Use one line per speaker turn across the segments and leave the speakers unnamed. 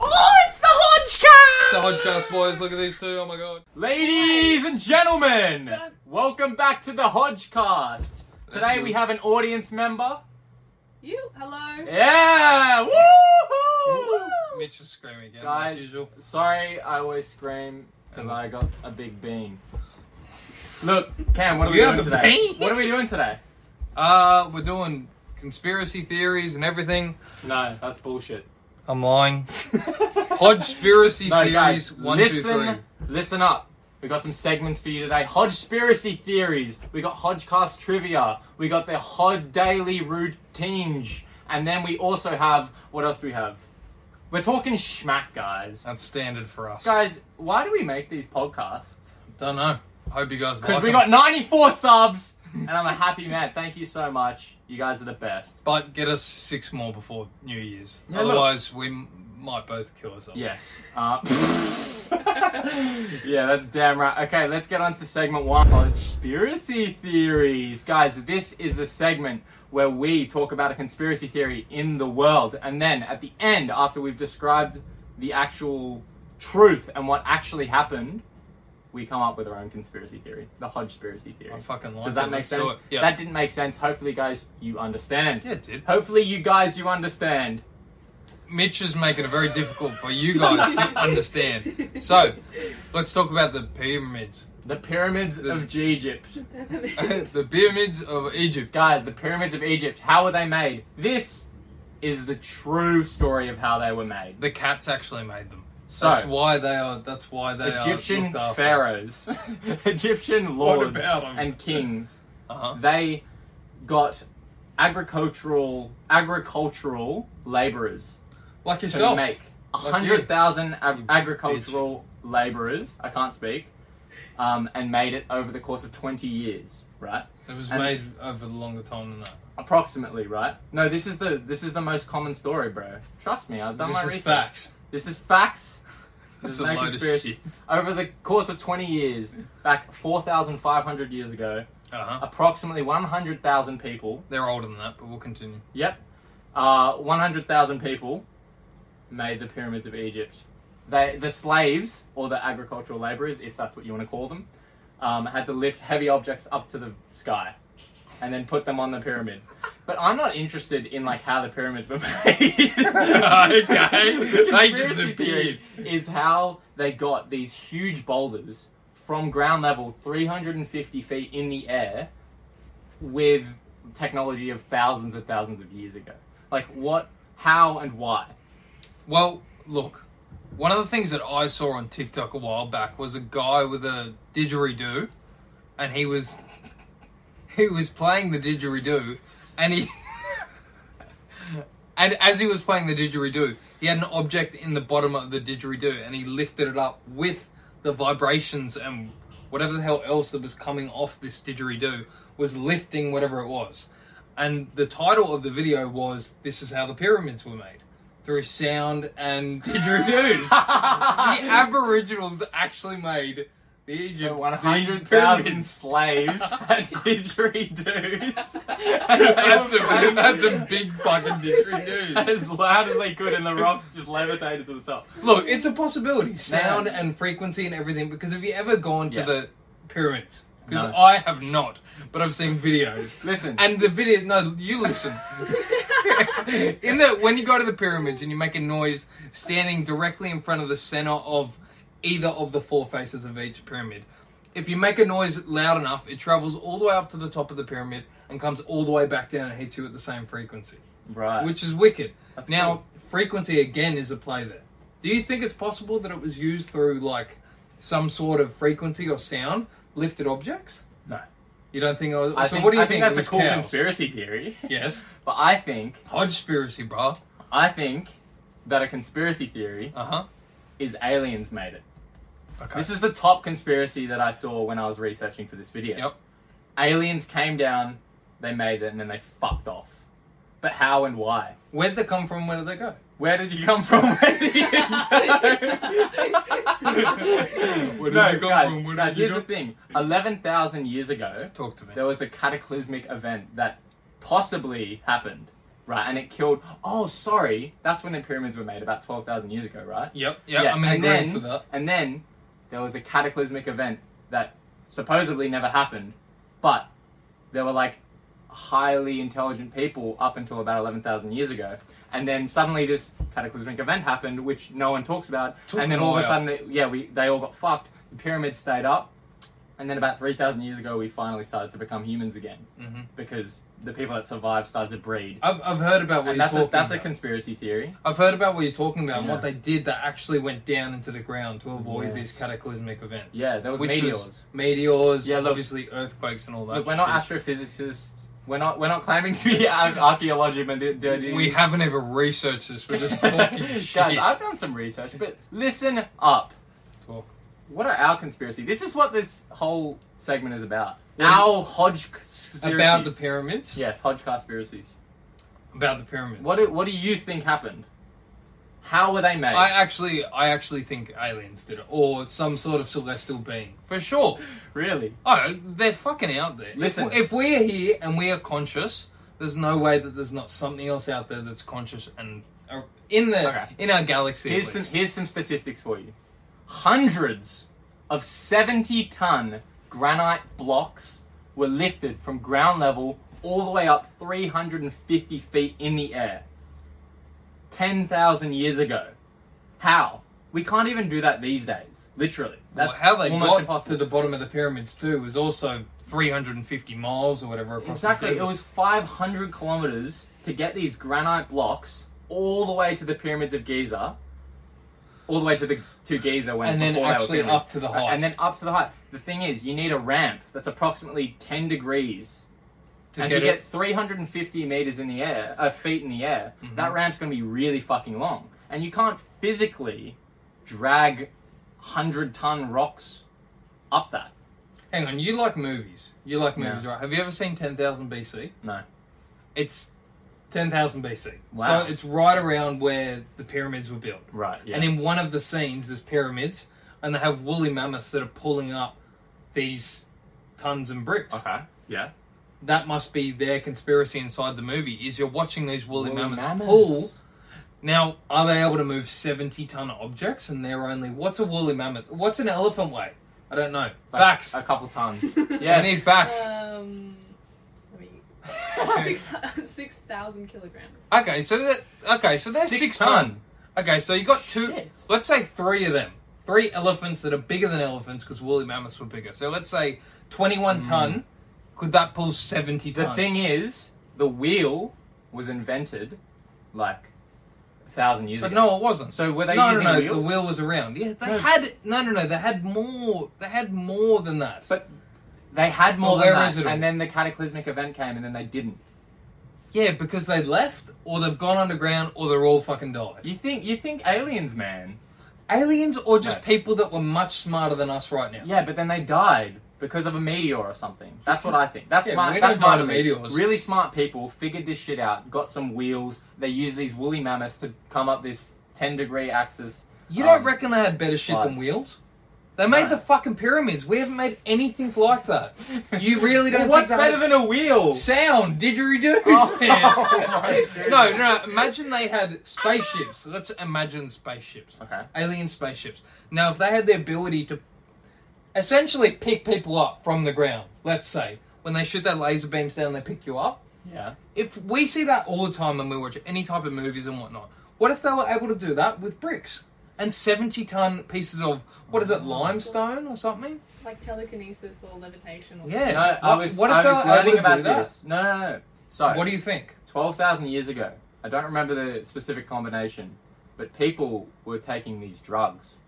Oh,
Hodgecast boys, look at these two. Oh my god.
Ladies and gentlemen, welcome back to the Hodgecast. Today we have an audience member.
You? Hello?
Yeah! Woohoo!
Mitch is screaming again, like
Guys,
usual.
sorry I always scream because I got a big bean. Look, Cam, what are
You
we, doing
have the
today?
bean?
What are we doing today?
Uh, we're doing conspiracy theories and everything.
No, that's bullshit.
I'm lying. Hodgespiracy
No,
theories.
guys,
one, two,
listen,
three.
listen up. We got some segments for you today. Hodgespiracy theories. We got Hodgecast trivia. We got the Hod Daily routine, and then we also have what else do we have? We're talking schmack, guys.
That's standard for us.
Guys, why do we make these podcasts?
Don't know. Hope you guys
Because
like
we
them.
got 94 subs, and I'm a happy man. Thank you so much. You guys are the best.
But get us six more before New Year's.
Yeah, look.
Otherwise, we m- might both kill ourselves.
Yes. Uh, yeah, that's damn right. Okay, let's get on to segment one conspiracy theories. Guys, this is the segment where we talk about a conspiracy theory in the world. And then at the end, after we've described the actual truth and what actually happened, we come up with our own conspiracy theory, the Hodgespiracy
I
theory.
fucking like
Does
it.
that make
Let's do
sense?
it. Yeah.
That didn't make sense. Hopefully, guys, you understand.
yeah, it did.
Hopefully, you guys, you understand.
Mitch is making it very difficult for you guys to understand. So, let's talk about the pyramids.
The pyramids
The-
of Egypt.
the pyramids of Egypt.
Guys, the pyramids of Egypt, how were they made? This is the true story of how they were made.
The cats actually made them.
So,
that's why they are. That's why they are.
Egyptian
looked after.
pharaohs, Egyptian
What
lords,
about 'em?
and kings,
Uh-huh.
they got agricultural agricultural laborers
Like
to
yourself.
make a
you.
hundred thousand ag-
You
agricultural laborers. I can't speak, um, and made it over the course of twenty years. Right.
It was
And-
made over a longer time than that.
approximately right no this is the this is the most common story bro trust me i've done
this
my
is
research
facts.
this is facts
That's
There's
a
no
load
conspiracy.
of shit.
over the course of 20 years back 4500 years ago
Uh-huh.
approximately 100000 people
They're older than that, but we'll continue.
yep uh, 100000 people made the pyramids of egypt they, the slaves or the agricultural laborers if that's what you want to call them um, had to lift heavy objects up to the sky and then put them on the pyramid but i'm not interested in like how the pyramids were made
Okay. They just
Conspiracy
appeared.
theory is how they got these huge boulders from ground level 350 feet in the air with technology of thousands and thousands of years ago like what how and why
Well, look. One of the things that I saw on TikTok a while back was a guy with a didgeridoo, and he was he was playing the didgeridoo, and he and as he was playing the didgeridoo, he had an object in the bottom of the didgeridoo, and he lifted it up with the vibrations and whatever the hell else that was coming off this didgeridoo was lifting whatever it was. And the title of the video was "This is how the pyramids were made." Through sound and didgeridoos, the Aboriginals actually made the Egypt
one
the
hundred thousand
pyramids.
slaves had didgeridoos.
that's, a, that's a big fucking didgeridoo.
as loud as they could, and the rocks just levitated to the top.
Look, it's a possibility. Sound and frequency and everything. Because have you ever gone to
Yeah.
the pyramids? Because
No.
I have not, but I've seen videos.
Listen,
And the video, no, you listen. in the when you go to the pyramids and you make a noise standing directly in front of the center of either of the four faces of each pyramid. If you make a noise loud enough, it travels all the way up to the top of the pyramid and comes all the way back down and hits you at the same frequency,
right?
which is wicked.
That's
now,
cool.
frequency again is a play there. Do you think it's possible that it was used through like some sort of frequency or sound lifted objects?
No.
You don't think? It was,
I
so
think,
what do you
I think,
it
that's
was
a cool
cows?
conspiracy theory.
Yes.
But I think,
Hodgespiracy, bro.
I think that a conspiracy theory
Uh huh.
is aliens made it.
Okay.
This is the top conspiracy that I saw when I was researching for this video.
Yep.
Aliens came down, they made it, and then they fucked off. But how and why?
Where'd they come from? Where did they go?
Where did you come from? Where did you
Where
go?
did
no,
you come
guys,
from? Where did
guys,
you
here's
go?
the thing. 11,000 years ago,
Talk to me.
there was a cataclysmic event that possibly happened. right? And it killed. Oh, sorry, that's when the pyramids were made about twelve thousand years ago, right?
Yep, yep, I'm in
and
agreement
then,
with that.
and then there was a cataclysmic event that supposedly never happened, but there were like highly intelligent people up until about 11,000 years ago. And then suddenly this cataclysmic event happened, which no one talks about.
Took
and then
them
all of a
all out.
sudden, it- yeah, we, they all got fucked. The pyramids stayed up. And then about 3,000 years ago, we finally started to become humans again
Mhm.
because the people that survived started to breed.
I've, I've heard about what you're
And that's a,
talking
that's a
about.
conspiracy theory.
I've heard about what you're talking about and
Yeah.
what they did that actually went down into the ground to avoid
Yes.
these cataclysmic events.
Yeah, there was
Which
meteors.
was meteors,
Yeah, look-
obviously earthquakes and all that.
Look, we're not
shit.
astrophysicists. We're not. We're not claiming to be ar- archaeologists and dirty.
We haven't even researched this. We're just talking shit.
Guys, I've done some research, but listen up.
Talk.
What are our conspiracy? This is what this whole segment is about.
What-
Our Hodge conspiracies.
about the pyramids.
yes, Hodge conspiracies.
About the pyramids.
What do, What do you think happened? How were they made?
I actually, I actually think aliens did it, or some sort of celestial being, for sure.
really?
Oh, they're fucking out there. If-
Listen.
if, we are here and we are conscious, there's no way that there's not something else out there that's conscious and uh, in the
Okay.
in our galaxy. at
Here's some
least.
here's some statistics for you. Hundreds of 70 ton granite blocks were lifted from ground level all the way up 350 feet in the air. 10,000 years ago. How? We can't even do that these days. Literally. That's
Well, how they
almost
got
impossible.
to the bottom of the pyramids too was also 350 miles or whatever. Across the
Exactly. It
desert.
was 500 kilometers to get these granite blocks all the way to the pyramids of Giza, all the way to the to Giza when
And then
before they were
actually
pyramids.
up to the
Uh,
height.
and then up to the height. The thing is, you need a ramp that's approximately 10 degrees.
To
and
get
to
it-
get 350 meters in the air, uh, feet in the air,
Mm-hmm.
that ramp's going to be really fucking long, and you can't physically drag hundred ton rocks up that.
Hang on, you like movies? You like
Yeah.
movies, right? Have you ever seen 10,000 BC?
No.
It's 10,000 BC.
Wow.
So it's right around where the pyramids were built.
Right. Yeah.
And in one of the scenes, there's pyramids, and they have woolly mammoths that are pulling up these tons and bricks.
okay. Yeah.
That must be their conspiracy inside the movie. Is you're watching these woolly, mammoths,
mammoths.
pull. Now, are they able to move seventy ton objects? And they're only what's a woolly mammoth? What's an elephant weigh? I don't know.
Like,
Facts.
A couple tons.
I
Uh, Yes.
need facts.
Um, I mean, Uh, six six thousand kilograms.
okay, so that okay, so that's six, ton. Okay, so you got two.
Shit.
Let's say three of them. Three elephants that are bigger than elephants because woolly mammoths were bigger. So let's say 21 ton. Could that pull 70
Hmm. The
tons?
thing is, the wheel was invented like a thousand years
But
ago.
no, it wasn't.
So were they
no,
using
no, no.
wheels?
The wheel was around. Yeah, they
No.
had. No, no, no. They had more. They had more than that.
But they had more
Well,
than
where
that,
is it all?
and then the cataclysmic event came, and then they didn't.
yeah, because they left, or they've gone underground, or they're all fucking died.
You think you think aliens, man?
Aliens, or just
No.
people that were much smarter than us right now.
Yeah, but then they died because of a meteor or something. That's what I think. That's
Yeah,
my
we
that's
don't die
my
to
belief.
meteors.
Really smart people figured this shit out. Got some wheels. They used these woolly mammoths to come up this ten degree axis.
You don't
Um,
reckon they had better shit than
slides.
wheels? They made
No.
the fucking pyramids. We haven't made anything like that. You really don't.
Well, what's
think they had-
better than a wheel?
sound didgeridoos?
Oh.
man.
Oh,
no, no. Imagine they had spaceships. Let's imagine spaceships,
Okay.
alien spaceships. Now, if they had the ability to essentially pick people up from the ground, let's say when they shoot their laser beams down, they pick you up.
Yeah.
If we see that all the time when we watch any type of movies and whatnot, what if they were able to do that with bricks and seventy-ton pieces of what is it, limestone or something?
Like telekinesis or levitation or
Yeah.
No, I
What-
was,
what if
I
they
was
were able
learning
to do
about
that?
this. No, no, no. So,
What do you think?
12,000 years ago, I don't remember the specific combination, but people were taking these drugs,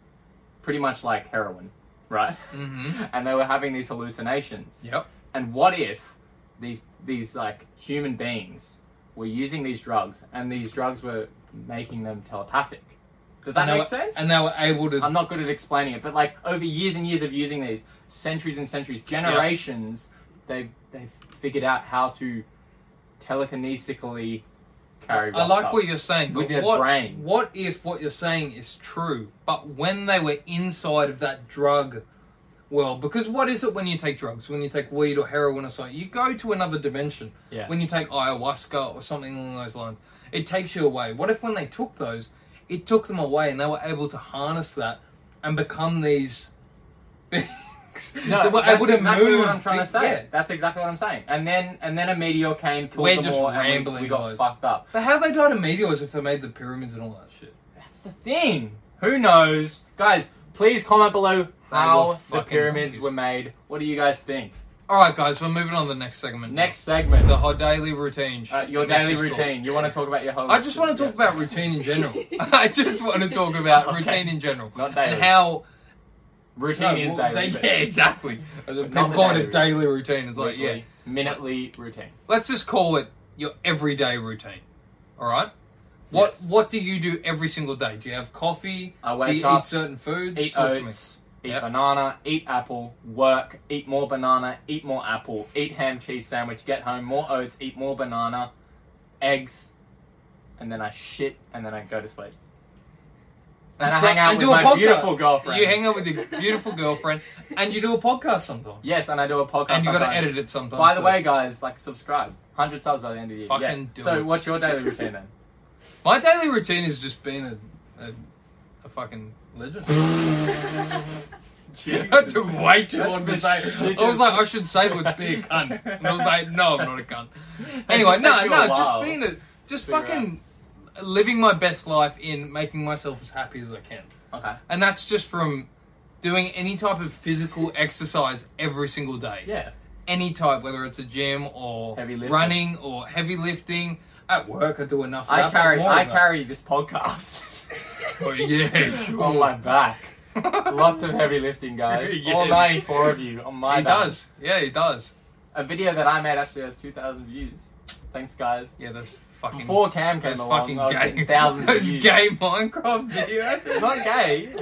pretty much like heroin, right?
Mm-hmm.
and they were having these hallucinations.
Yep.
And what if these these like human beings were using these drugs and these drugs were making them telepathic? Does that
and they
make
were-
sense?
And they were able to
I'm not good at explaining it, but like over years and years of using these, centuries and centuries, generations, they've they've figured out how to telekinesically carry.
I like
we
what you're saying.
With
but
your
what,
brain.
What if what you're saying is true, but when they were inside of that drug well because what is it when you take drugs when you take weed or heroin or something you go to another dimension
Yeah.
when you take ayahuasca or something along those lines it takes you away what if when they took those it took them away and they were able to harness that and become these beings
No,
that were
that's
able to
exactly
move
what I'm trying to
big-
say.
yeah.
That's exactly what I'm saying. And then and then a meteor came, killed
We're
them
just
all, and we-
rambling,
we got
guys.
fucked up.
but how they died of meteors if they made the pyramids and all that shit
That's the thing. Who knows? Guys, please comment below
were
how the
fucking
pyramids
donkeys.
were made. What do you guys think?
all right guys we're moving on to the next segment now.
Next segment,
the hot daily routine
uh, your
Next
daily
is cool.
routine. You want to talk about your whole
I just want to talk about routine in general. I just want to talk about
Okay.
routine in general
Not daily.
and how
routine
no,
is
well,
daily.
they-
but
yeah, exactly. People
not
call it a
daily.
daily routine. It's like
weekly,
yeah,
minutely routine.
let's just call it your everyday routine. All right. What
Yes.
What do you do every single day? Do you have coffee?
I
do
wake
you
up,
eat certain foods?
eat
Talk
oats, eat
Yep.
banana, eat apple, work, eat more banana, eat more apple, eat ham cheese sandwich, get home, more oats, eat more banana, eggs, and then I shit, and then I go to sleep. And,
So-
I hang out
and
with
do a
my
podcast.
beautiful
to me.
girlfriend.
You hang out with your beautiful girlfriend, and you do a podcast sometimes,
yes, and I do a podcast.
and you got to
sometimes.
edit it sometimes.
By the
too.
way, guys, like subscribe. 100 subs by the end of the year.
Fucking
yeah.
do
so,
it.
what's your daily routine then?
my daily routine has just been a, a, a fucking legend. that took way too
That's
long
the
to say.
shit
I was
you-
like, I should say let's be a cunt. And I was like, no, I'm not a cunt. Anyway, no, no, just being a, just
Figure
fucking living my best life in making myself as happy as I can.
Okay.
And that's just from doing any type of physical exercise every single day.
Yeah.
Any type, whether it's a gym or
Heavy lifting.
running or heavy lifting. At work, I do enough. of
I
that, but
carry,
more
I
of that.
carry this podcast
Oh, yeah, sure.
on my back. Lots of heavy lifting, guys.
Yeah.
All 94 of you on my
He
back.
does. Yeah, he does.
A video that I made actually has 2,000 views. Thanks, guys.
Yeah, that's fucking.
Before Cam came
Those
along,
fucking
I was
gay,
getting thousands of
those
views.
gay Minecraft videos.
Not gay.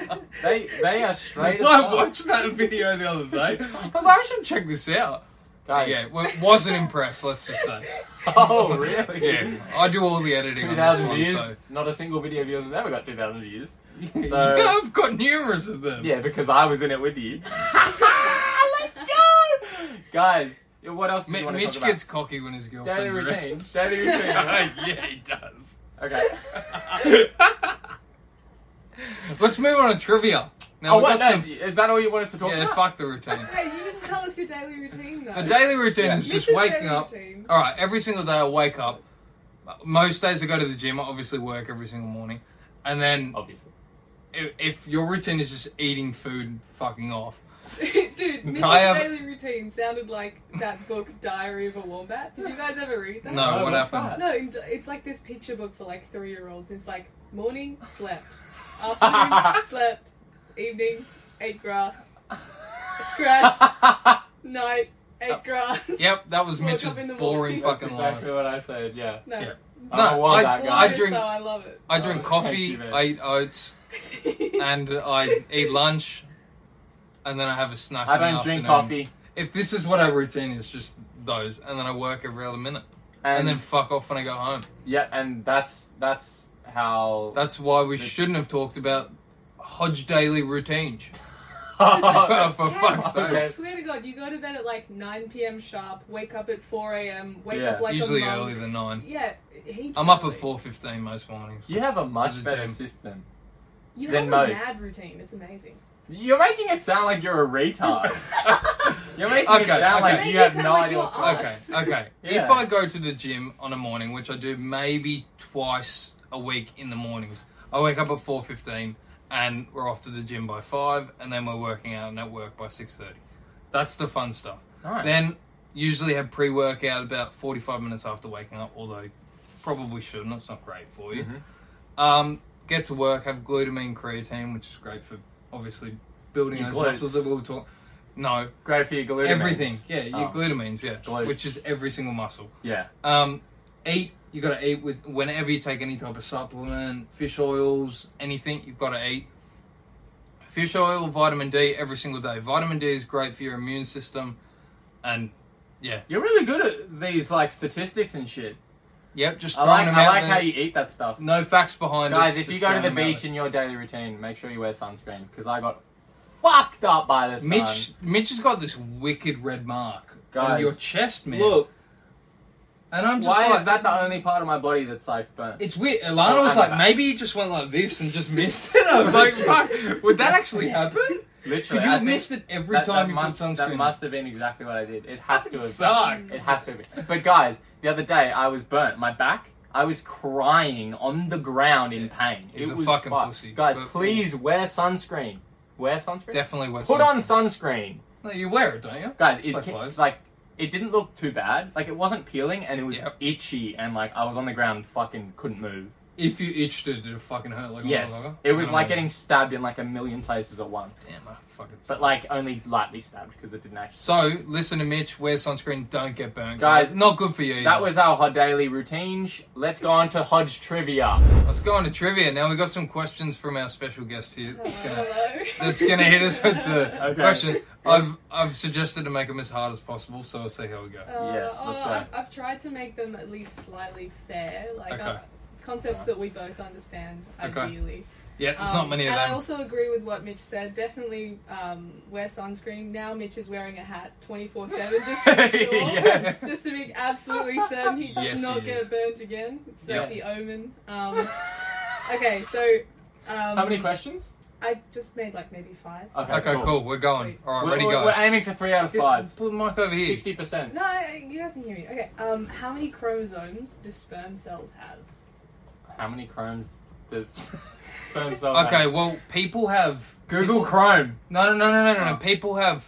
They, they are straight as
I
fuck.
watched that video the other day. I was like, I should check this out.
Guys.
Yeah, well, wasn't impressed. Let's just say.
Oh, really?
Yeah, I do all the editing. on this
2,000
one,
views.
So.
Not a single video of yours has ever got 2,000 views. So-
yeah, I've got numerous of them.
Yeah, because I was in it with you.
Let's
go! Guys, what else do you
Mi-
want to
Mitch
talk about?
gets cocky when his
Daily
girlfriend's around.
routine. Daily routine.
yeah, he does.
okay. Oh,
Let's move on to trivia. Now
Oh,
we've
what?
got
No,
some.
is that all you wanted to talk
Yeah,
about?
fuck the routine.
Wait, you didn't tell us your daily routine though.
The daily routine
Yeah.
is just
Mitch's
waking
daily
up.
routine.
All right, every single day I wake up. Most days I go to the gym. I obviously work every single morning, and then
Obviously.
if, if your routine is just eating food, and fucking off.
Dude, Mitch's
I have-
daily routine sounded like that book Diary of a Wombat. Did you guys ever read that?
No,
Oh,
what
what's
happened?
that?
No, in- it's like this picture book for like three year olds. It's like morning, slept. Afternoon, slept. Evening, ate grass. Scratched. Night,
Uh,
ate grass.
Yep, that was
Woke
Mitch's
up in the morning.
boring
That's
fucking
exactly
life.
what I said, yeah.
No.
Yeah.
I don't
No,
want
I-
that,
Glorious,
guys.
I drink-
Though, I love it.
I drink
Oh,
coffee,
thank you,
I eat oats, and I eat lunch, and then I have a snack.
I
in the
don't drink
afternoon.
coffee.
If this is what our routine is, just those, and then I work every other minute,
And,
and then fuck off when I go home.
yeah, and that's that's how.
That's why we
The-
shouldn't have talked about Hodge Daily routine. for
Yeah,
fuck's
sake.
I swear to God, you go to bed at like 9 p.m. sharp, wake up at 4 a.m., wake
Yeah.
up like
Usually
a monk.
earlier than nine.
Yeah, he
I'm up at
totally-
four fifteen most mornings.
You have a much
There's a
better
gym.
system.
You
than
have
most.
a mad routine. It's amazing.
You're making it sound like you're a retard. You're making it
Okay, okay.
sound like
Make
you
it
have
sound
no
like
idea
you're
what's going on.
Okay,
Us.
okay.
Yeah.
If I go to the gym on a morning, which I do maybe twice a week in the mornings, I wake up at four fifteen and we're off to the gym by five, and then we're working out and at work by six thirty. That's the fun stuff.
Nice.
Then usually have pre workout about forty five minutes after waking up, although probably shouldn't. It's not great for you.
Mhm.
Um, get to work, have glutamine creatine, which is great for obviously building
Your
those
glutes.
muscles that we were talking. No,
Great for your glutamine.
everything. Yeah, your
Oh.
glutamines. Yeah,
Glute.
which is every single muscle.
Yeah.
Um, eat. You got to eat with whenever you take any type of supplement, fish oils, anything. You've got to eat fish oil, vitamin D every single day. Vitamin D is great for your immune system, and
You're really good at these like statistics and shit.
yep, just
I
throwing
like
them
I
out
like
there.
how you eat that stuff.
no facts behind it.
Guys, if you
just
go to
throwing
the
them out
beach in your daily routine, make sure you wear sunscreen because I got fuck fucked up by the sun.
Mitch, Mitch has got this wicked red mark on
Guys,
your chest, man.
Look,
and I'm just
why
like,
is that the only part of my body that's like burnt?
It's weird. Alana was
I'm
like,
back.
maybe he just went like this and just missed it. I was like, fuck, would that actually happen?
Literally,
Could you
I
have
think
missed it every
that, that
time you
must,
put sunscreen?
That
on?
must have been exactly what I did. It has to
That
have.
sucked.
It has to be. But guys, the other day I was burnt. My back. I was crying on the ground in pain.
He's
it
a
was
fucking
fucked.
pussy,
Guys,
but-
please wear sunscreen. Wear sunscreen.
Definitely was.
Put on sunscreen,
No, you wear it, don't you?
guys.
It's
It
like
ca-
clothes.
like it didn't look too bad. Like it wasn't peeling, and it was
Yep.
itchy, and like I was on the ground, fucking couldn't move.
If you itched it, it'd fucking hurt like a
Yes,
motherfucker.
it was
Um,
like getting stabbed in like a million places at once,
Damn, I fucking.
but like only lightly stabbed because it didn't actually.
so listen to Mitch. Wear sunscreen. Don't get burned,
Guys,
Not good for you.
That
either.
was our Hod Daily routine. Sh- Let's go on to Hodge trivia.
Let's go on to trivia now. We got some questions from our special guest here. That's gonna
Hello.
that's gonna hit us with the
Uh,
Okay.
question. I've I've suggested to make them as hard as possible, so we'll see how we go.
Uh,
Yes, that's
oh, I've, I've tried to make them at least slightly fair, like
Okay.
uh, concepts that we both understand
Okay.
ideally.
Yeah, there's
Um,
not many of
and I
them.
also agree with what Mitch said. Definitely um, wear sunscreen. Now Mitch is wearing a hat 24 7 just to be sure.
Yes.
Just to be absolutely certain he does
Yes,
not
he
get
is.
burnt again. It's like
Yes.
the omen. Um, okay, so. Um,
How many questions?
I just made like maybe five.
Okay, cool. We're going.
Sweet.
All right,
We're,
ready,
we're-
guys.
we're aiming for three out of five.
Put the mic over here.
Sixty percent.
No, I- you guys can hear me. Okay, um, how many chromosomes do sperm cells have?
How many chromes does sperm cell have?
Okay, well, people have
Google Chrome.
No, no, no, no, no, no.
Oh.
People have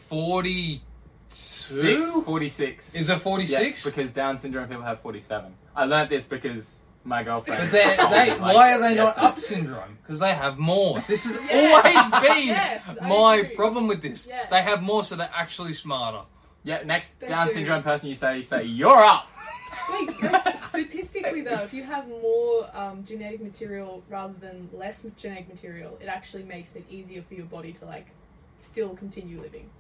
forty-six.
Six forty-six.
Is it
Yeah,
forty-six?
because Down syndrome people have forty-seven. I learned this because my girlfriend.
but they,
told
they,
me, like,
why are they not
yesterday.
up syndrome? Because they have more. This has
Yes.
always been
Yes, I
my
agree.
problem with this.
Yes.
They have more, so they're actually smarter.
Yeah, next
They
Down
do.
syndrome person you say, you say you're up.
Wait, like, statistically though, if you have more um, genetic material rather than less genetic material, it actually makes it easier for your body to like still continue living.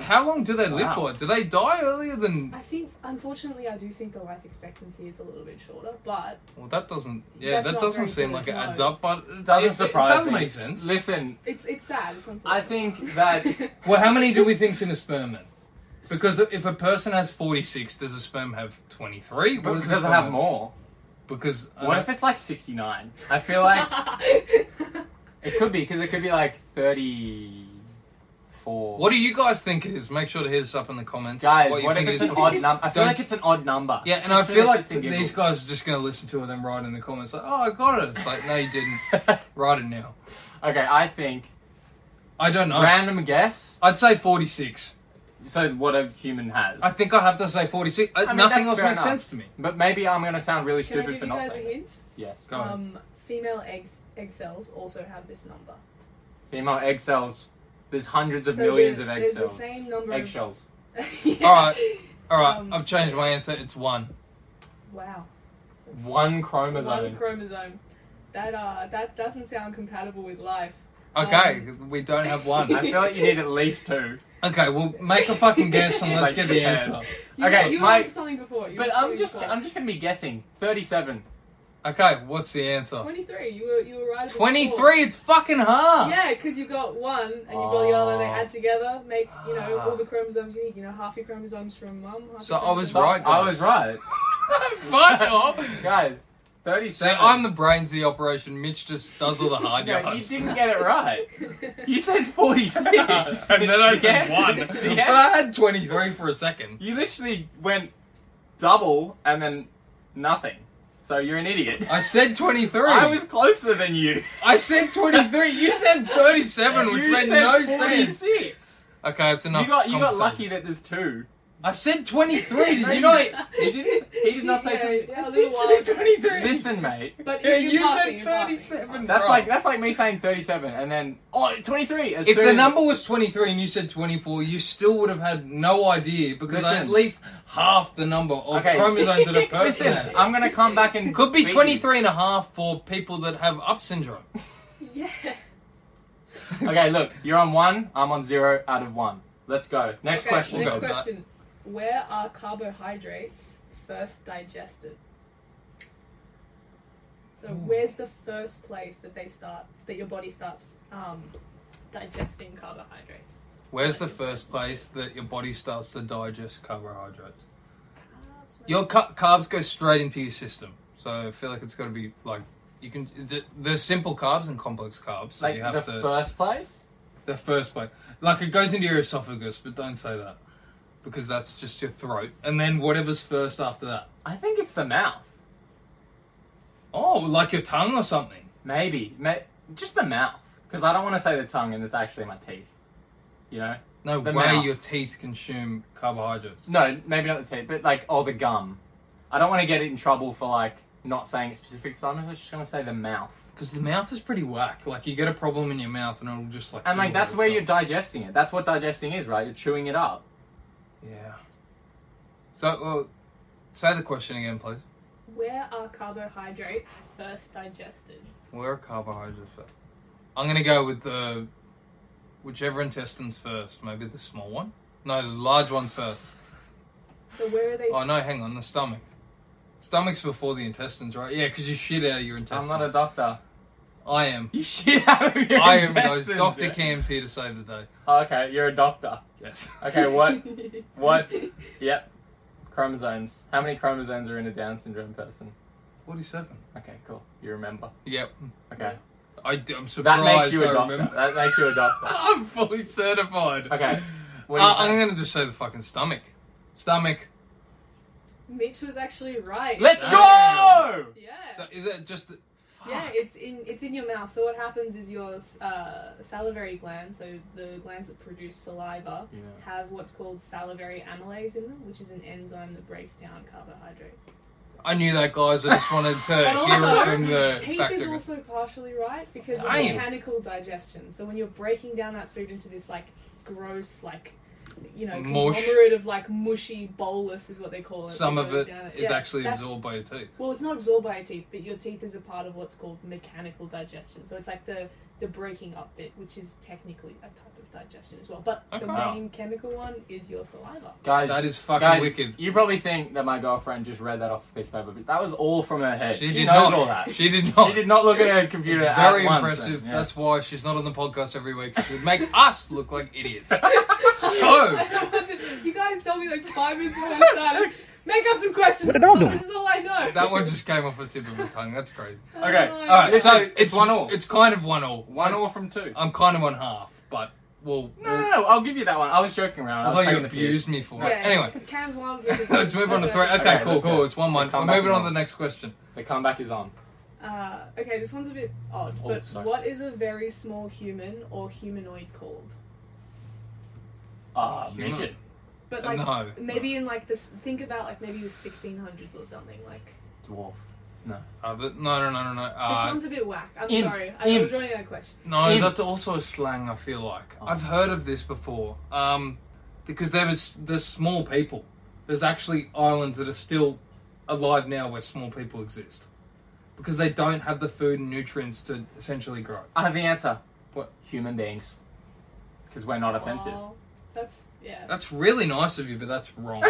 How long do they live
Wow.
for? Do they die earlier than?
I think, unfortunately, I do think the life expectancy is a little bit shorter, but
Well, that doesn't. Yeah,
That's
that
not
doesn't
very
seem
good,
like it
no.
adds up, but it
Doesn't
it-
surprise
It does
me.
make sense.
Listen,
it's it's sad. It's unfortunate.
I think that-
Well, how many do we think's in a sperm then? Because if a person has forty-six, does a sperm have twenty-three? What
but
does
does
a
it
sperm
have more?
Because uh,
What if it's like sixty-nine? I feel like. It could be because it could be like thirty-four.
What do you guys think it is? Make sure to hit us up in the comments.
guys?
you
What, if
think
it's
it
an
is.
odd number? I feel
Don't-
like it's an odd number.
Yeah, and
Just
I
for
feel
the
like
shits and
th- these guys are just going to listen to it and write in the comments like, "Oh, I got it." It's like, no, you didn't.
giggles.
write it now.
okay, I think
I don't know.
random guess.
I'd say forty-six.
So what a human has.
I think I have to say forty-six. Uh,
mean,
Nothing else
that's fair
makes
enough.
sense to me.
but maybe I'm gonna sound really
Can I give
stupid for
you
not
guys a
saying. it.
hint?
Yes.
Go on.
Um, female eggs egg cells also have this number.
Female egg cells. There's hundreds of
So
millions
there-
of egg
there's
cells.
the same number. of-
Eggshells.
Yeah.
All right. All right,
Um,
I've changed my answer. It's one.
Wow. That's-
One
One
chromosome.
chromosome. That uh, that doesn't sound compatible with life.
Okay, we don't have one.
I feel like you need at least two.
okay, well, make a fucking guess and let's
Like,
get the
yeah.
answer.
You,
Okay,
you
my-
asked something before. You
But
asked
I'm
something
just
before.
I'm just gonna be guessing. Thirty-seven.
Okay, what's the answer?
23. You were you were right. at the before.
Twenty-three. It's fucking hard.
Yeah, because you've got one and you've got the other. They
Oh.
add together, make you know
Ah.
all the chromosomes you need. You know, half your chromosomes from mum. Half
So
your
I was
chromosomes-
Right,
I
guys.
was right.
Fuck off.
guys,
So
thirty-seven.
I'm the brains of the operation. Mitch just does all the hard
No, you
yards.
didn't get it right. You said 46.
and then I said
Yeah.
one. But
Yeah.
I had 23 for a second.
You literally went double and then nothing. So you're an idiot.
I said 23.
I was closer than you.
I said 23. You said 37, which
you
made
said
no
46.
sense. Okay, it's enough.
You got you got
conversation.
lucky that there's two.
I said 23. Did
No,
you
you
not?
didn't. He didn't. He did not say
Yeah,
23.
yeah, a
I
little
did say
while ago.
23.
Listen, mate.
But
Yeah,
if you
you
passing,
said
you're passing, you're
37.
passing.
That's
Bro.
like that's like me saying 37 and then oh 23 as
If
soon
the
as-
number was 23 and you said 24, you still would have had no idea because I
Listen.
at least half the number of
Okay.
chromosomes that a person
Listen,
has.
I'm gonna come back and
Could be
beat you.
23 and a half for people that have up syndrome.
Yeah.
Okay, look, you're on one. I'm on zero out of one. Let's go. Next
Okay,
question.
Next
We'll go with that.
question. Where are carbohydrates first digested? So where's the first place that they start that your body starts um, digesting carbohydrates.
Where's
So-
the first place that your body starts to digest carbohydrates?
Carbs,
Your
man.
ca- carbs go straight into your system, so I feel like it's got to be like you can. th- There's simple carbs and complex carbs, so
like
you have
the
to
first place.
the first place. Like it goes into your esophagus, but don't say that because that's just your throat, and then whatever's first after that.
I think it's the mouth.
Oh, like your tongue or something.
Maybe, May- just the mouth, because I don't want to say the tongue, and it's actually my teeth. You know,
No
The
way
mouth.
your teeth consume carbohydrates.
no, maybe not the teeth, but like all the gum. I don't want to get in trouble for like not saying it specific, so I'm just gonna say the mouth.
Because the mouth is pretty whack. Like you get a problem in your mouth and it'll just like
And like
heal
that's where you're
itself.
digesting it. That's what digesting is, right? You're chewing it up.
Yeah. So well say the question again, please.
Where are carbohydrates first digested?
Where are carbohydrates at? I'm gonna go with the whichever intestines first, maybe the small one? No, the large one's first.
So where are they?
Oh no, hang on, the stomach. Stomach's before the intestines, right? Yeah, because you shit out of your intestines.
I'm not a doctor.
I am.
You shit out of your
I am
intestines.
guys. Dr. Cam's here to save the day.
Oh, okay, you're a doctor.
Yes.
Okay, what? what? Yep. Chromosomes. How many chromosomes are in a Down syndrome person?
Forty seven.
Okay, cool. You remember.
Yep.
Okay.
I, am surprised
That makes you
I
a doctor.
remember.
That makes you a doctor.
I'm fully certified.
Okay. What do you
Uh,
say?
I'm gonna just say the fucking stomach. Stomach.
Mitch was actually right.
Let's
Damn.
go!
Yeah.
So is it just? The, fuck.
Yeah, it's in it's in your mouth. So what happens is your uh, salivary gland, so the glands that produce saliva,
Yeah.
have what's called salivary amylase in them, which is an enzyme that breaks down carbohydrates.
I knew that, guys. I just wanted to
But
hear it
also,
from Uh, the
Teeth is
factory.
also partially right because of
Damn.
mechanical digestion. So when you're breaking down that food into this like gross like you know
Mush.
conglomerate of like mushy bolus is what they call it.
Some
that
of
goes
it
down
is
uh, yeah,
actually
that's-
absorbed by your teeth.
Well, it's not absorbed by your teeth, but your teeth is a part of what's called mechanical digestion. So it's like the the breaking up bit, which is technically a type of digestion as well. But the
Okay.
Wow.
main chemical one is your saliva.
Guys,
That is fucking
guys,
wicked.
you probably think that my girlfriend just read that off a piece of paper, but that was all from her head.
She,
She,
did
knows
not.
all that. She,
She did not.
did not look at her
It's
computer at
very
once
impressive.
then, yeah.
That's why she's not on the podcast every week. She would make us look like idiots. So,
I wasn't- you guys told me like five minutes before we started. Make up some questions.
What are they doing?
This is all I know.
that one just came off the tip of my tongue. That's crazy.
Okay,
Oh,
All right,
Listen,
so
it's
it's,
one all.
It's kind of one all.
One all from two.
I'm kind of one half, but well,
No, no, no, I'll give you that one. I was joking around. I,
I
was
thought you
taking the piss.
abused me for
yeah,
it. Anyway,
Cam's one. which is-
Let's move on to
that's
three.
it.
Okay,
Okay,
cool,
let's go.
cool. It's one one.
Come
We're
back
moving on
now.
to the next question.
The comeback is on.
Uh, okay, this one's a bit odd,
Oh,
but
sorry.
what is a very small human or humanoid called?
Ah,
Human.
midget.
But like
no.
Maybe in like this. Think about like maybe the 1600s or something. Like
Dwarf.
Uh, the- no, no, no, no, no.
this
Uh,
one's a bit whack. I'm
imp,
sorry. I
imp.
was running out of questions.
no,
Imp.
that's also a slang. I feel like
Oh.
I've heard of this before. Um, because there was there's small people. There's actually islands that are still alive now where small people exist because they don't have the food and nutrients to essentially grow.
I have the answer.
What?
Human beings. Because we're not offensive.
Oh.
Wow. that's yeah.
That's really nice of you, but that's wrong.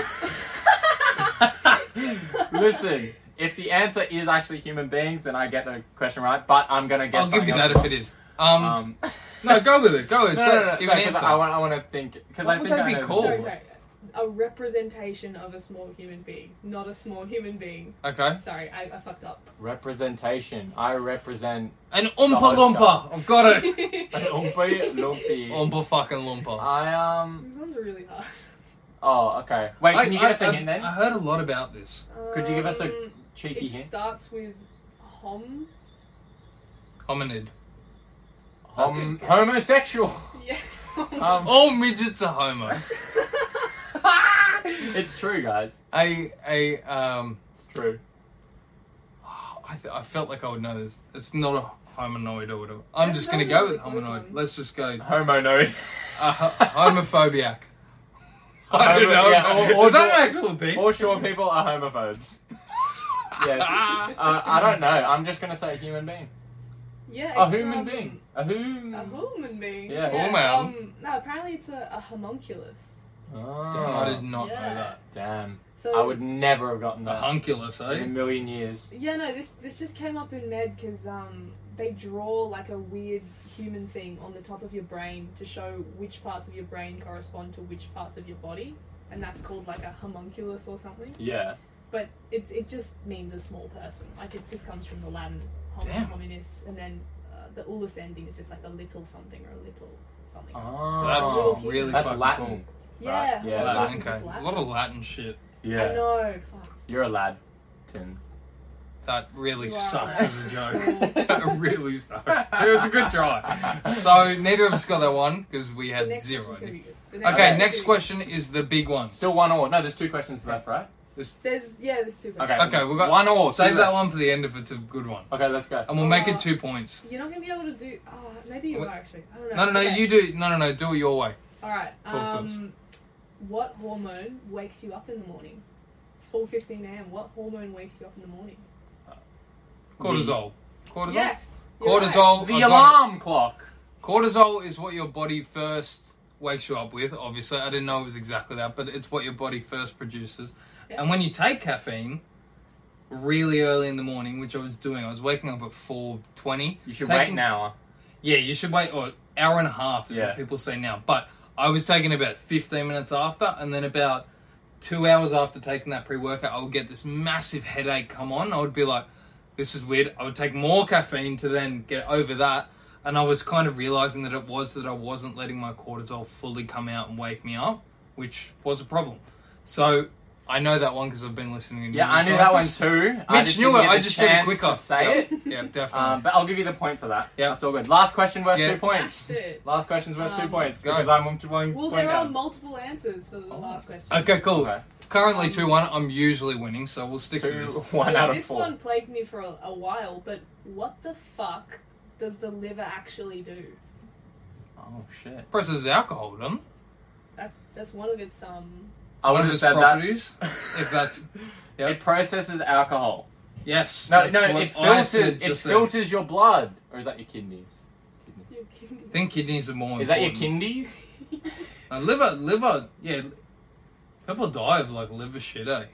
Listen, if the answer is actually human beings, then I get the question right. But I'm gonna guess.
I'll give you that
something
if
else.
it is. Um,
Um,
no, go with it. Go
no,
with it.
no,
Say-
no, no,
give
no,
an
'cause
answer.
I want. I want to think because
What
I
would
think
that
I
be
know the
called?
answer.
sorry, sorry. A representation of a small human being, not a small human being.
Okay.
Sorry, I, I fucked up.
Representation. I represent.
An
Oh,
oompa
it's gone.
loompa. I've got it.
Lumpy, lumpy.
oompa fucking loompa.
I um.
These ones are really hard.
Oh, okay. Wait, can you give us a
I've-
hint then?
I heard a lot about this.
Could you give us a
Um,
cheeky
It
hint?
starts with hom.
Hominid.
Hom- homosexual.
Yeah.
Um,
All midgets are homo.
it's true, guys.
A a um.
It's true.
I, th- I felt like I would know this. It's not a hominoid or whatever. I'm
Yeah,
just
that
gonna
was a
go with
really close
hominoid.
one.
Let's just go.
Homo node.
Uh, homophobiac. I don't
Homo-
know.
yeah, or- or
Is that
dwar-
an actual thing?
All short people are homophobes. Yes. Uh, I don't know. I'm just gonna say human being.
yeah.
A
it's,
human
um,
being. A whom.
A human being.
Yeah,
woman.
Um, no, apparently it's a, a homunculus.
Oh.
Damn, I did not
Yeah.
know that.
Damn.
So
I would never have gotten
A
that
hunculus,
in a
eh?
million years.
Yeah, no, this this just came up in med because um they draw like a weird human thing on the top of your brain to show which parts of your brain correspond to which parts of your body, and that's called like a homunculus or something.
Yeah.
But it's it just means a small person. Like it just comes from the Latin
Damn.
homin hominis, and then uh, the ulus ending is just like a little something or a little something.
Ah.
Oh,
That's
Oh, really
really
That's
fucking
Latin.
cool.
Yeah,
right. Yeah,
homunculus
Latin,
is
okay.
just
A lot of Latin shit.
I
yeah.
know. Fuck.
You're a lad, Tim.
That really
You are
sucked
Latin.
as a joke. that really sucked. It was a good try. So neither of us got that one because we
The
had
next
zero.
question's gonna be good. The
Okay,
Okay.
next
question's gonna be
question is the big one.
Still one all. No, there's two questions left, right?
good. There's yeah, there's two.
Okay.
questions.
Okay, we got
one all.
Save
two
that
left.
one for the end if it's a good one,
Okay, let's go.
and we'll make it
Uh,
two points.
You're not gonna be able to do. Uh, maybe you
Wait.
are actually. I don't know.
No, no, no.
Okay.
You do. No, no, no. Do it your way.
All right.
Talk to us.
Um, what hormone wakes you up in the morning? 4:15 a.m. What hormone wakes you up in the morning?
Cortisol. Cortisol.
Yes. you're right.
Cortisol.
The
I've got it.
alarm clock.
Cortisol is what your body first wakes you up with. Obviously, I didn't know it was exactly that, but it's what your body first produces.
Yeah.
And when you take caffeine really early in the morning, which I was doing, I was waking up at four twenty.
You should wait
Taking-
an hour.
Yeah, you should wait or hour and a half is
Yeah.
what people say now. But I was taking about fifteen minutes after, and then about two hours after taking that pre-workout, I would get this massive headache come on. I would be like, "This is weird." I would take more caffeine to then get over that, and I was kind of realizing that it was that I wasn't letting my cortisol fully come out and wake me up, which was a problem. So I know that one because I've been listening. to
Yeah, I knew that one too. I
Mitch
just
knew
didn't
it,
get
I
the
just said it
chance
quicker.
to Say it.
Yeah, definitely.
Um, but I'll give you the point for that.
Yeah.
That's all good. Last question worth
Yes.
two points.
That's it.
Last question's worth two
Um,
points
Go.
because I'm one to one
Well,
point
there are
down.
multiple answers for the last question.
Oh. okay, cool.
Okay.
Currently two one. I'm usually winning, so we'll stick to
Two,
this.
one
Yeah,
out of
this
four.
one plagued me for a, a while, but what the fuck does the liver actually do?
Oh shit!
Presses alcohol, them.
That, that's one of its um.
I
One
would
of
have
its
said that.
properties. If that's Yep.
It processes alcohol.
yes.
No,
that's
no,
what
it
I
filters.
said
It
just then.
filters your blood, or is that your kidneys?
Your kidney-
I think kidneys are more.
Is that
Oh,
your
important.
kidneys?
No, liver, liver. Yeah, people die of like liver shit, eh?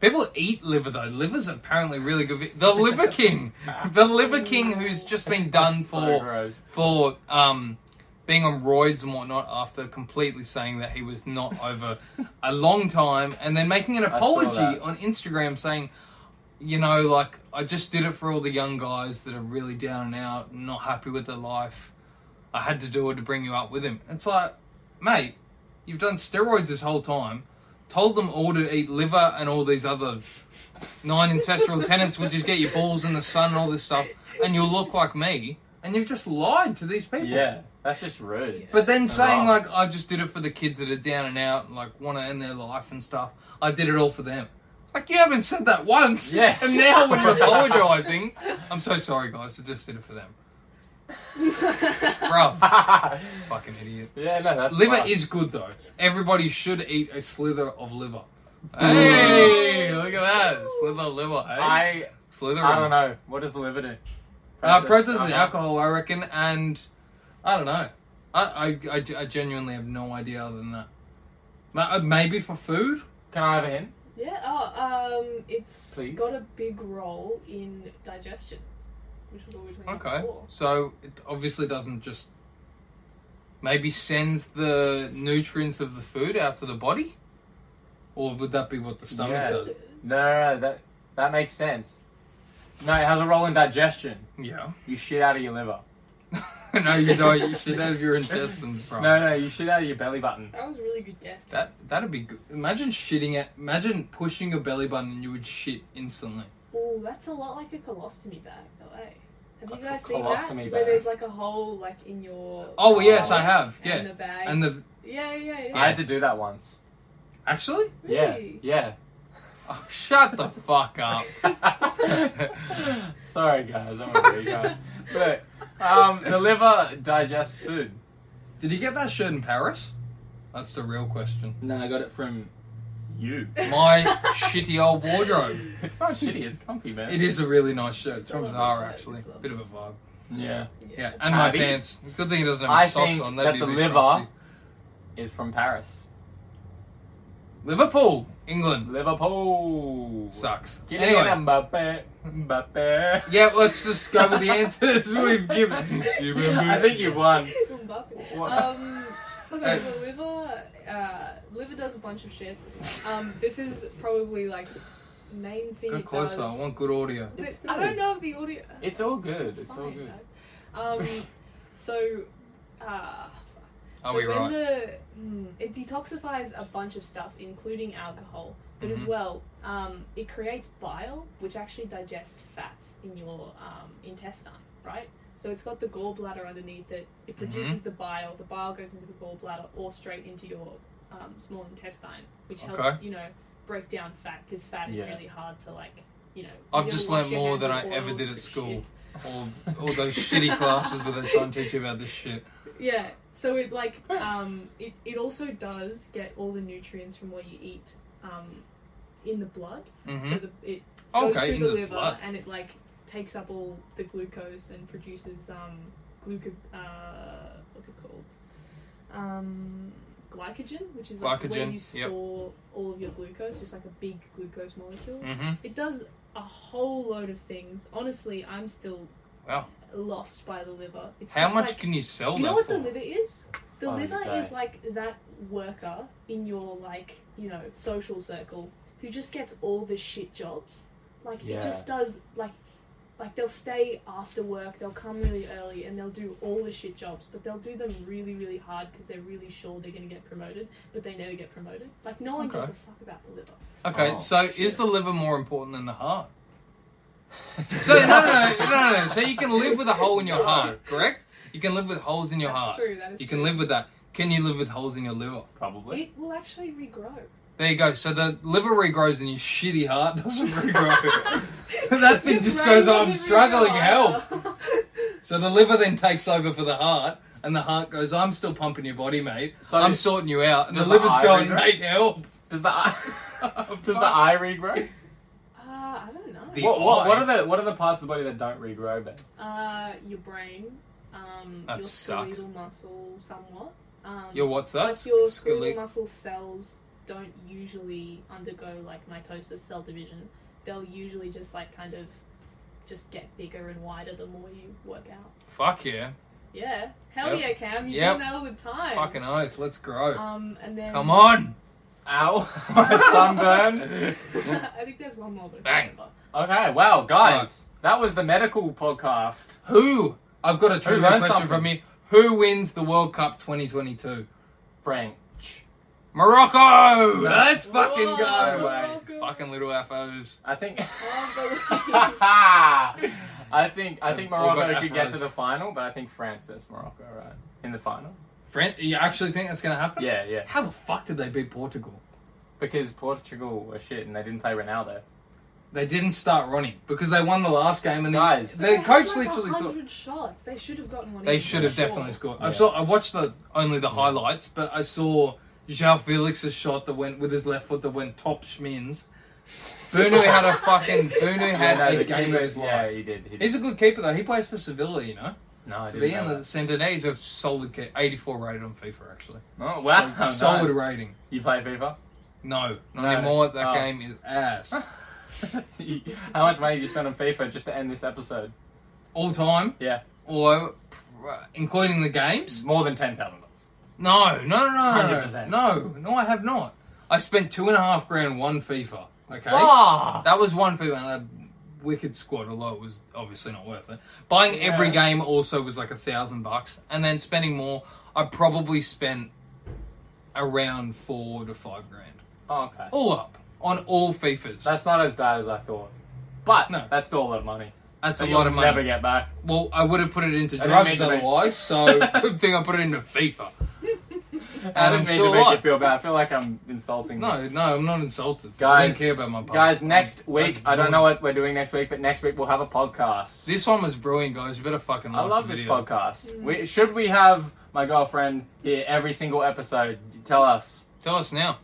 People eat liver though. Liver's apparently really good. vi- The liver king, the liver king, who's just been done
That's so
for
gross.
for um being on roids and whatnot after completely saying that he was not over a long time and then making an
saw
apology
that.
on Instagram saying, you know, like I just did it for all the young guys that are really down and out and not happy with their life. I had to do it to bring you up with him. It's like, mate, you've done steroids this whole time. Told them all to eat liver and all these other nine ancestral tenants, which is get your balls in the sun and all this stuff, and you'll look like me. And you've just lied to these people.
Yeah, that's just rude.
But then
That's
saying
wrong.
like I just did it for the kids that are down and out, and, like want to end their life and stuff. I did it all for them. It's like you haven't said that once.
Yeah.
And now when you're apologising, I'm so sorry, guys. I just did it for them, bro. fucking idiot.
yeah, no, that's
Liver
fine.
is good though. Everybody should eat a slither of liver. Hey, look at that slither of liver. eh?
I
slither.
I don't know. What does the liver do?
Uh, processes
okay.
alcohol, I reckon, and I don't know. I, I, I, ge- I genuinely have no idea other than that. Ma- uh, Maybe for food.
Can I have a hint?
Yeah. Oh, um, it's
Please?
got a big role in digestion, which was always
Okay. So it obviously doesn't just. Maybe sends the nutrients of the food out to the body, or would that be what the stomach
Yeah.
does?
No, no, no, that that makes sense. No, it has a role in digestion.
Yeah.
You shit out of your liver.
no, you don't. You should have your intestines, bro.
No, no, you shit out of your belly button.
That was a really good guess.
That that'd be good. Imagine shitting it. Imagine pushing your belly button and you would shit instantly.
Oh, that's a lot like a colostomy bag, though. Eh? Have you
A
guys seen that?
colostomy
Where
bag.
there's like a hole, like in your.
Oh yes, I
colon
have. Yeah.
And the bag.
And the
yeah, yeah, yeah.
I had to do that once.
actually.
Really?
Yeah,
Oh, shut the fuck up.
yeah. Sorry, guys, I'm a go. But um, the liver digests food.
Did you get that shirt in Paris? That's the real question.
No, I got it from you.
My shitty old wardrobe.
It's not shitty. It's comfy, man.
It is a really nice shirt. It's
It's a
from
lovely
Zara,
shirt,
actually.
it's lovely.
Bit of a vibe.
Yeah,
Yeah, and my
Abby?
pants. Good thing it doesn't have
I
socks
think
on.
that
That'd
the
be
liver-
classy.
is from Paris.
Liverpool. England
Liverpool.
sucks.
Kylian
Anyway,
Mbappe. Mbappe.
yeah, let's just go with the answers we've given.
I think you've won.
Mbappe.
What?
Um, so the liver, uh, liver does a bunch of shit. Um, this is probably like main thing.
Go
it
closer. I
does.
want good audio.
Th-
It's
I
good.
don't know if the audio.
It's all good. It's all
fine,
good.
guys. Um, so, uh,
Are
so
we
when
right?
the mm, it detoxifies a bunch of stuff, including alcohol, but as
Mhm.
well, um, it creates bile, which actually digests fats in your um, intestine, right? So it's got the gallbladder underneath it. It
Mm-hmm.
produces the bile. The bile goes into the gallbladder or straight into your um, small intestine, which helps
Okay.
you know break down fat because fat is
Yeah.
really hard to like you know.
I've
you
just
never wash
learnt
your
more
hands
than
with
I ever
oils
did at
and
school.
shit.
All, all those shitty classes where they try and teach you about this shit.
Yeah. So it like um it, it also does get all the nutrients from what you eat um in the blood.
hmm
So the, it goes
Okay, Mm.
through
in
the,
the
liver
blood.
and it like takes up all the glucose and produces um gluca uh what's it called um glycogen, which is like where
Glycogen,
you
yep.
store all of your glucose, just like a big glucose molecule.
hmm
It does a whole load of things. Honestly, I'm still
Wow.
lost by the liver. It's
How
just
much
like-
can you sell
you know
that
what
for?
the liver is? The
Oh,
liver
okay.
is like that worker in your like you know social circle who just gets all the shit jobs. Like
Yeah.
it just does like like they'll stay after work. They'll come really early and they'll do all the shit jobs, but they'll do them really really hard because they're really sure they're gonna get promoted, but they never get promoted. Like no one gives
Okay.
a fuck about the liver.
okay,
Oh,
so
shit.
is the liver more important than the heart? So no, no, no, no, no. So you can live with a hole in your heart, correct? You can live with holes in your
That's
heart.
true. That is
You
true.
can live with that. Can you live with holes in your liver?
Probably.
It will actually regrow.
There you go. So the liver regrows and your shitty heart doesn't regrow. that thing just goes, "Oh, I'm struggling, help. So the liver then takes over for the heart, and the heart goes, I'm still pumping your body, mate.
So
I'm sorting you out. And the
does the
liver's
eye
going,
regrow?
mate, help.
does the eye, does the eye regrow?
Uh, I don't know.
The
What, what,
eye.
what are the what are the parts of the body that don't regrow? Then
Uh, your brain, um,
That
your
sucks.
skeletal muscle, somewhat. Um,
Your what's that?
like your skeletal
Skelet-
muscle cells don't usually undergo like mitosis cell division. They'll usually just like kind of just get bigger and wider the more you work out.
Fuck yeah.
Yeah, hell
Yep.
yeah, Cam, you're
Yep.
doing that all the time.
Fucking oath. Let's grow.
Um, and then
Come on.
ow, my sunburn.
I think there's one more, Oh, but I
Bang.
can't remember.
Okay, wow, guys, that was the medical podcast.
Who? I've got a trivia
learned
question
something?
from you. Who wins the World Cup 2022?
French.
Morocco! Let's fucking
Whoa,
go.
way.
Morocco.
Fucking little FOs.
I think.
Oh,
I think I think
We've all got
Morocco could get to
Afros.
the final, but I think France versus Morocco, right? In the final.
Fran- you actually think that's going to happen?
Yeah, yeah.
How the fuck did they beat Portugal?
Because Portugal were shit and they didn't play Ronaldo.
They didn't start running because they won the last game and
Guys.
the, the
had,
coach
like
literally thought
100 shots. They should have gotten one.
They
in,
should
for
have
sure.
definitely scored. I
Yeah.
saw. I watched the only the highlights, but I saw Zhao Felix's shot that went with his left foot that went top schmins. Bunu had a fucking Bunu
Yeah,
had
no,
a
the
game
keeper-
of his
Yeah,
life.
he did. He did.
He's a good keeper though. He plays for Sevilla, you know.
no, I didn't
Sevilla
know
and the Santander. He's a solid keeper. 84 rated on FIFA actually.
that. Oh, wow. nice.
solid rating.
You play FIFA?
No, not
No.
anymore. That
Oh.
game is ass.
How much money have you spent on FIFA just to end this episode?
All time.
Yeah.
Or including the games.
More than ten thousand dollars.
No, no, no, no,
100%.
no, no. I have not. I spent two and a half grand one FIFA. Okay,
Fuck.
that was one FIFA. And a wicked squad, although it was obviously not worth it. Buying
Yeah.
every game also was like a thousand bucks, and then spending more. I probably spent around four to five grand,
Oh, okay.
all up on all FIFAs. That's,
That's not as bad as I thought. But
No.
that's still a lot of money.
a lot
That
of
you'll
money.
Never get back.
Well, I would have put it into
I didn't
drugs
mean to make-
otherwise. So good thing I put it into FIFA.
I
I'm
didn't mean
still
to make you
alive.
feel bad. I feel like I'm insulting. you.
No, no, I'm not insulted. I
Guys,
don't care about my partner.
Guys, next
I'm-
week,
I'm
I don't know what we're doing next week, but next week we'll have a podcast.
This one was brilliant, guys. You better fucking.
I
like
love
the
this
video.
podcast. We, should we have my girlfriend here every single episode? Tell us.
Tell us now.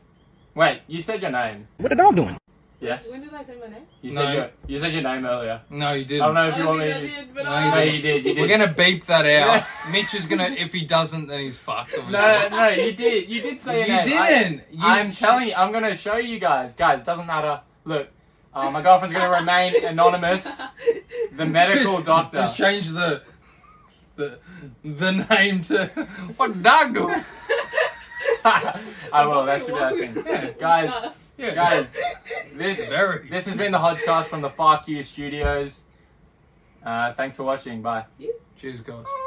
Wait, you said your name.
What the dog doing?
Yes.
When did I say my name?
You
No.
said, your, you said your name earlier.
No, you
I
didn't.
don't know
I
if you
don't
want
think I
me to.
did, but
No,
No,
I.
you did. You did.
We're gonna beep that out.
Yeah.
Mitch is gonna. If he doesn't, then he's fucked.
No, no, you did. You did say your
you
name. I-
didn't. You
I'm
sh-
telling you, I'm gonna show you guys. Guys, doesn't matter. Look, uh, my girlfriend's gonna remain anonymous. The medical
just,
doctor.
Just change the the the name to what doctor?
I will. Oh, That should be that thing.
Yeah.
Guys,
Sus.
Yeah.
guys, this
Very.
this has been the Hodgecast from the Fuck You Studios. Uh, thanks for watching. Bye.
Cheers, guys.